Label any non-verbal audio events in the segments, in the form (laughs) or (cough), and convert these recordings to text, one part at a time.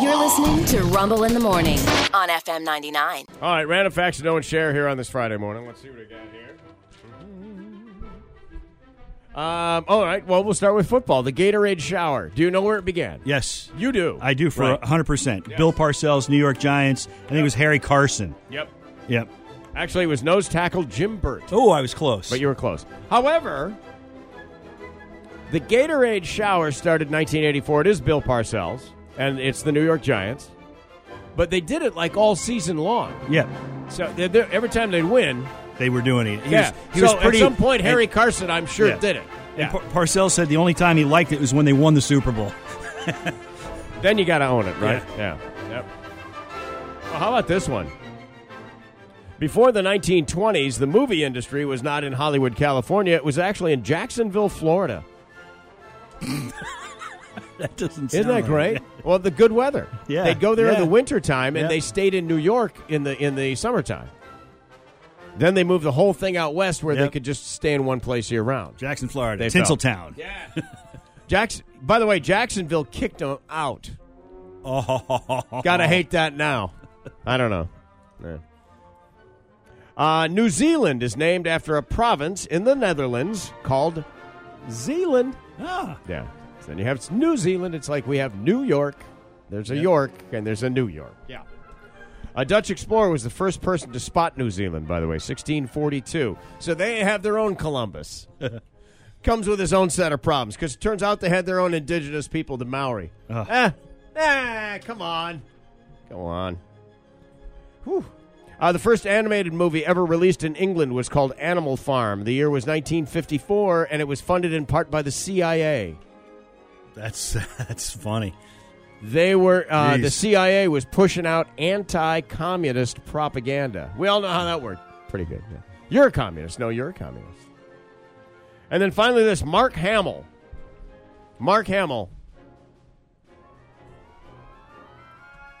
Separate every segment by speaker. Speaker 1: You're listening to Rumble in the Morning on FM 99.
Speaker 2: All right, random facts to know and share here on this Friday morning. Let's see what we got here. Um, all right, well, we'll start with football. The Gatorade shower. Do you know where it began?
Speaker 3: Yes.
Speaker 2: You do.
Speaker 3: I do for
Speaker 2: Right.
Speaker 3: 100%. Bill Parcells, New York Giants. I think it was Harry Carson.
Speaker 2: Yep.
Speaker 3: Yep.
Speaker 2: Actually, it was nose tackle Jim Burt.
Speaker 3: Oh, I was close.
Speaker 2: But you were close. However, the Gatorade shower started 1984. It is Bill Parcells, and it's the New York Giants. But they did it like all season long.
Speaker 3: Yep.
Speaker 2: So they they- every time they'd win,
Speaker 3: They were doing it. He
Speaker 2: yeah.
Speaker 3: was, he
Speaker 2: so
Speaker 3: was pretty,
Speaker 2: at some point,
Speaker 3: and-
Speaker 2: Harry Carson, I'm sure,
Speaker 3: Yeah.
Speaker 2: did it. Yeah.
Speaker 3: And Par- Parcells said the only time he liked it was when they won the Super Bowl.
Speaker 2: Then you got to own it, right? Yeah. Yep. Well, how about this one? Before the 1920s, the movie industry was not in Hollywood, California. It was actually in Jacksonville, Florida.
Speaker 3: That doesn't sound
Speaker 2: Isn't (laughs) that (laughs)
Speaker 3: right.
Speaker 2: great? Well, the good weather.
Speaker 3: Yeah,
Speaker 2: They'd go there in
Speaker 3: yeah.
Speaker 2: the wintertime and
Speaker 3: Yeah.
Speaker 2: they stayed in New York in the in the summertime. Then they moved the whole thing out west where they
Speaker 3: Yep.
Speaker 2: could just stay in one place year round.
Speaker 3: Jackson, Florida.
Speaker 2: They
Speaker 3: Tinseltown.
Speaker 2: Yeah. Jackson by the way, Jacksonville kicked them out.
Speaker 3: (laughs) Oh.
Speaker 2: Gotta hate that now. I don't know. Yeah. Uh, New Zealand is named after a province in the Netherlands called Zealand.
Speaker 3: Ah.
Speaker 2: Yeah. So then you have New Zealand. It's like we have New York. There's a York and there's a New York. Yeah. A Dutch explorer was the first person to spot New Zealand, by the way, 1642. So they have their own Columbus. Comes with his own set of problems because it turns out they had their own indigenous people, the Maori.
Speaker 3: Ugh.
Speaker 2: Eh. Eh, come on. Come on. Whew. Uh, the first animated movie ever released in England was called Animal Farm. The year was 1954, and it was funded in part by the CIA.
Speaker 3: That's (laughs) that's funny.
Speaker 2: They were uh,
Speaker 3: Jeez.
Speaker 2: the CIA was pushing out anti-communist propaganda. We all know how that worked. Pretty good. yeah. You're a communist. No, you're a communist. And then finally, this Mark Hamill. Mark Hamill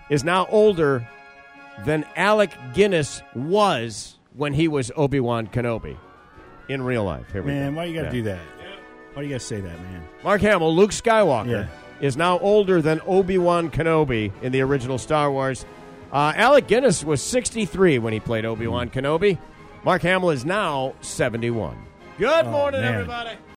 Speaker 2: is now older than Alec Guinness was when he was Obi Wan Kenobi in real life. Here we go.
Speaker 3: Man, why you got to
Speaker 2: Yeah.
Speaker 3: do that? Why do you got to say that, man?
Speaker 2: Mark Hamill, Luke Skywalker,
Speaker 3: Yeah.
Speaker 2: is now older than Obi Wan Kenobi in the original Star Wars. Uh, Alec Guinness was 63 when he played
Speaker 3: Hmm.
Speaker 2: Obi Wan Kenobi. Mark Hamill is now 71. Good morning,
Speaker 3: Oh, man.
Speaker 2: everybody.